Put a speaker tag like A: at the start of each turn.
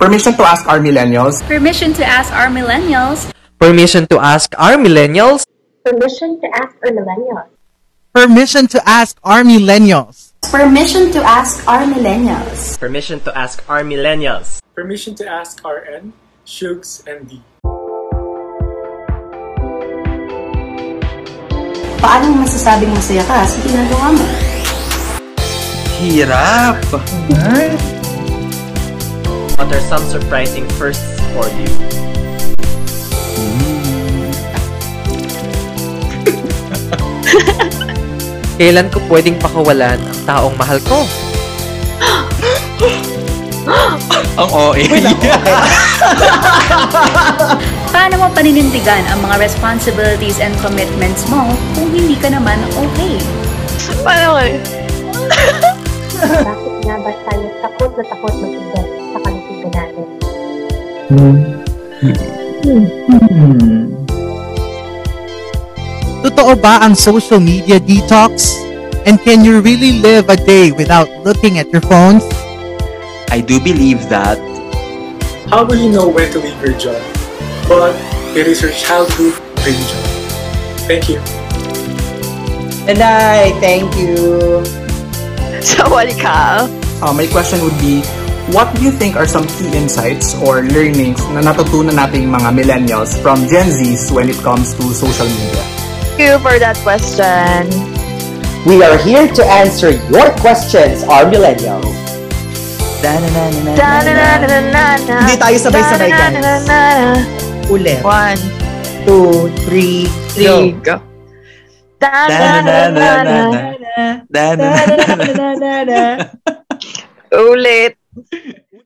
A: Permission to ask our millennials.
B: Permission to ask our millennials.
C: Permission to ask our millennials.
D: Permission to ask our millennials.
E: Permission to ask our millennials.
B: Permission to ask our millennials.
C: Permission to ask our millennials.
F: Permission to ask RN, Shugs, and D.
B: Paano mo masasabing masaya ka sa ginagawa mo?
A: Hirap!
C: What are some surprising firsts for you? Kailan ko pwedeng pakawalan ang taong mahal ko?
A: Ang OA.
B: Paano mo paninindigan ang mga responsibilities and commitments mo kung hindi ka naman okay?
G: Paano ko?
D: Bakit nga ba tayo takot na takot mag-invest sa kalusugan natin?
E: Totoo ba ang social media detox? And can you really live a day without looking at your phones?
A: I do believe that.
F: How will you know when to leave your job? But it is your childhood dream job. Thank you.
H: And I thank you.
G: Sawali ka.
A: Uh, my question would be, what do you think are some key insights or learnings na natutunan nating mga millennials from Gen Zs when it comes to social media?
G: Thank you for that question.
H: We are here to answer your questions, our millennials.
G: Da-na-na-na-na-na.
H: Hindi tayo sabay-sabay, guys.
G: Da-na-na-na-na-na.
H: Ulit.
G: One,
H: two, three,
G: three, go. Da-na-na-na-na-na.
H: Da-na-na-na-na-na.
G: Ulit.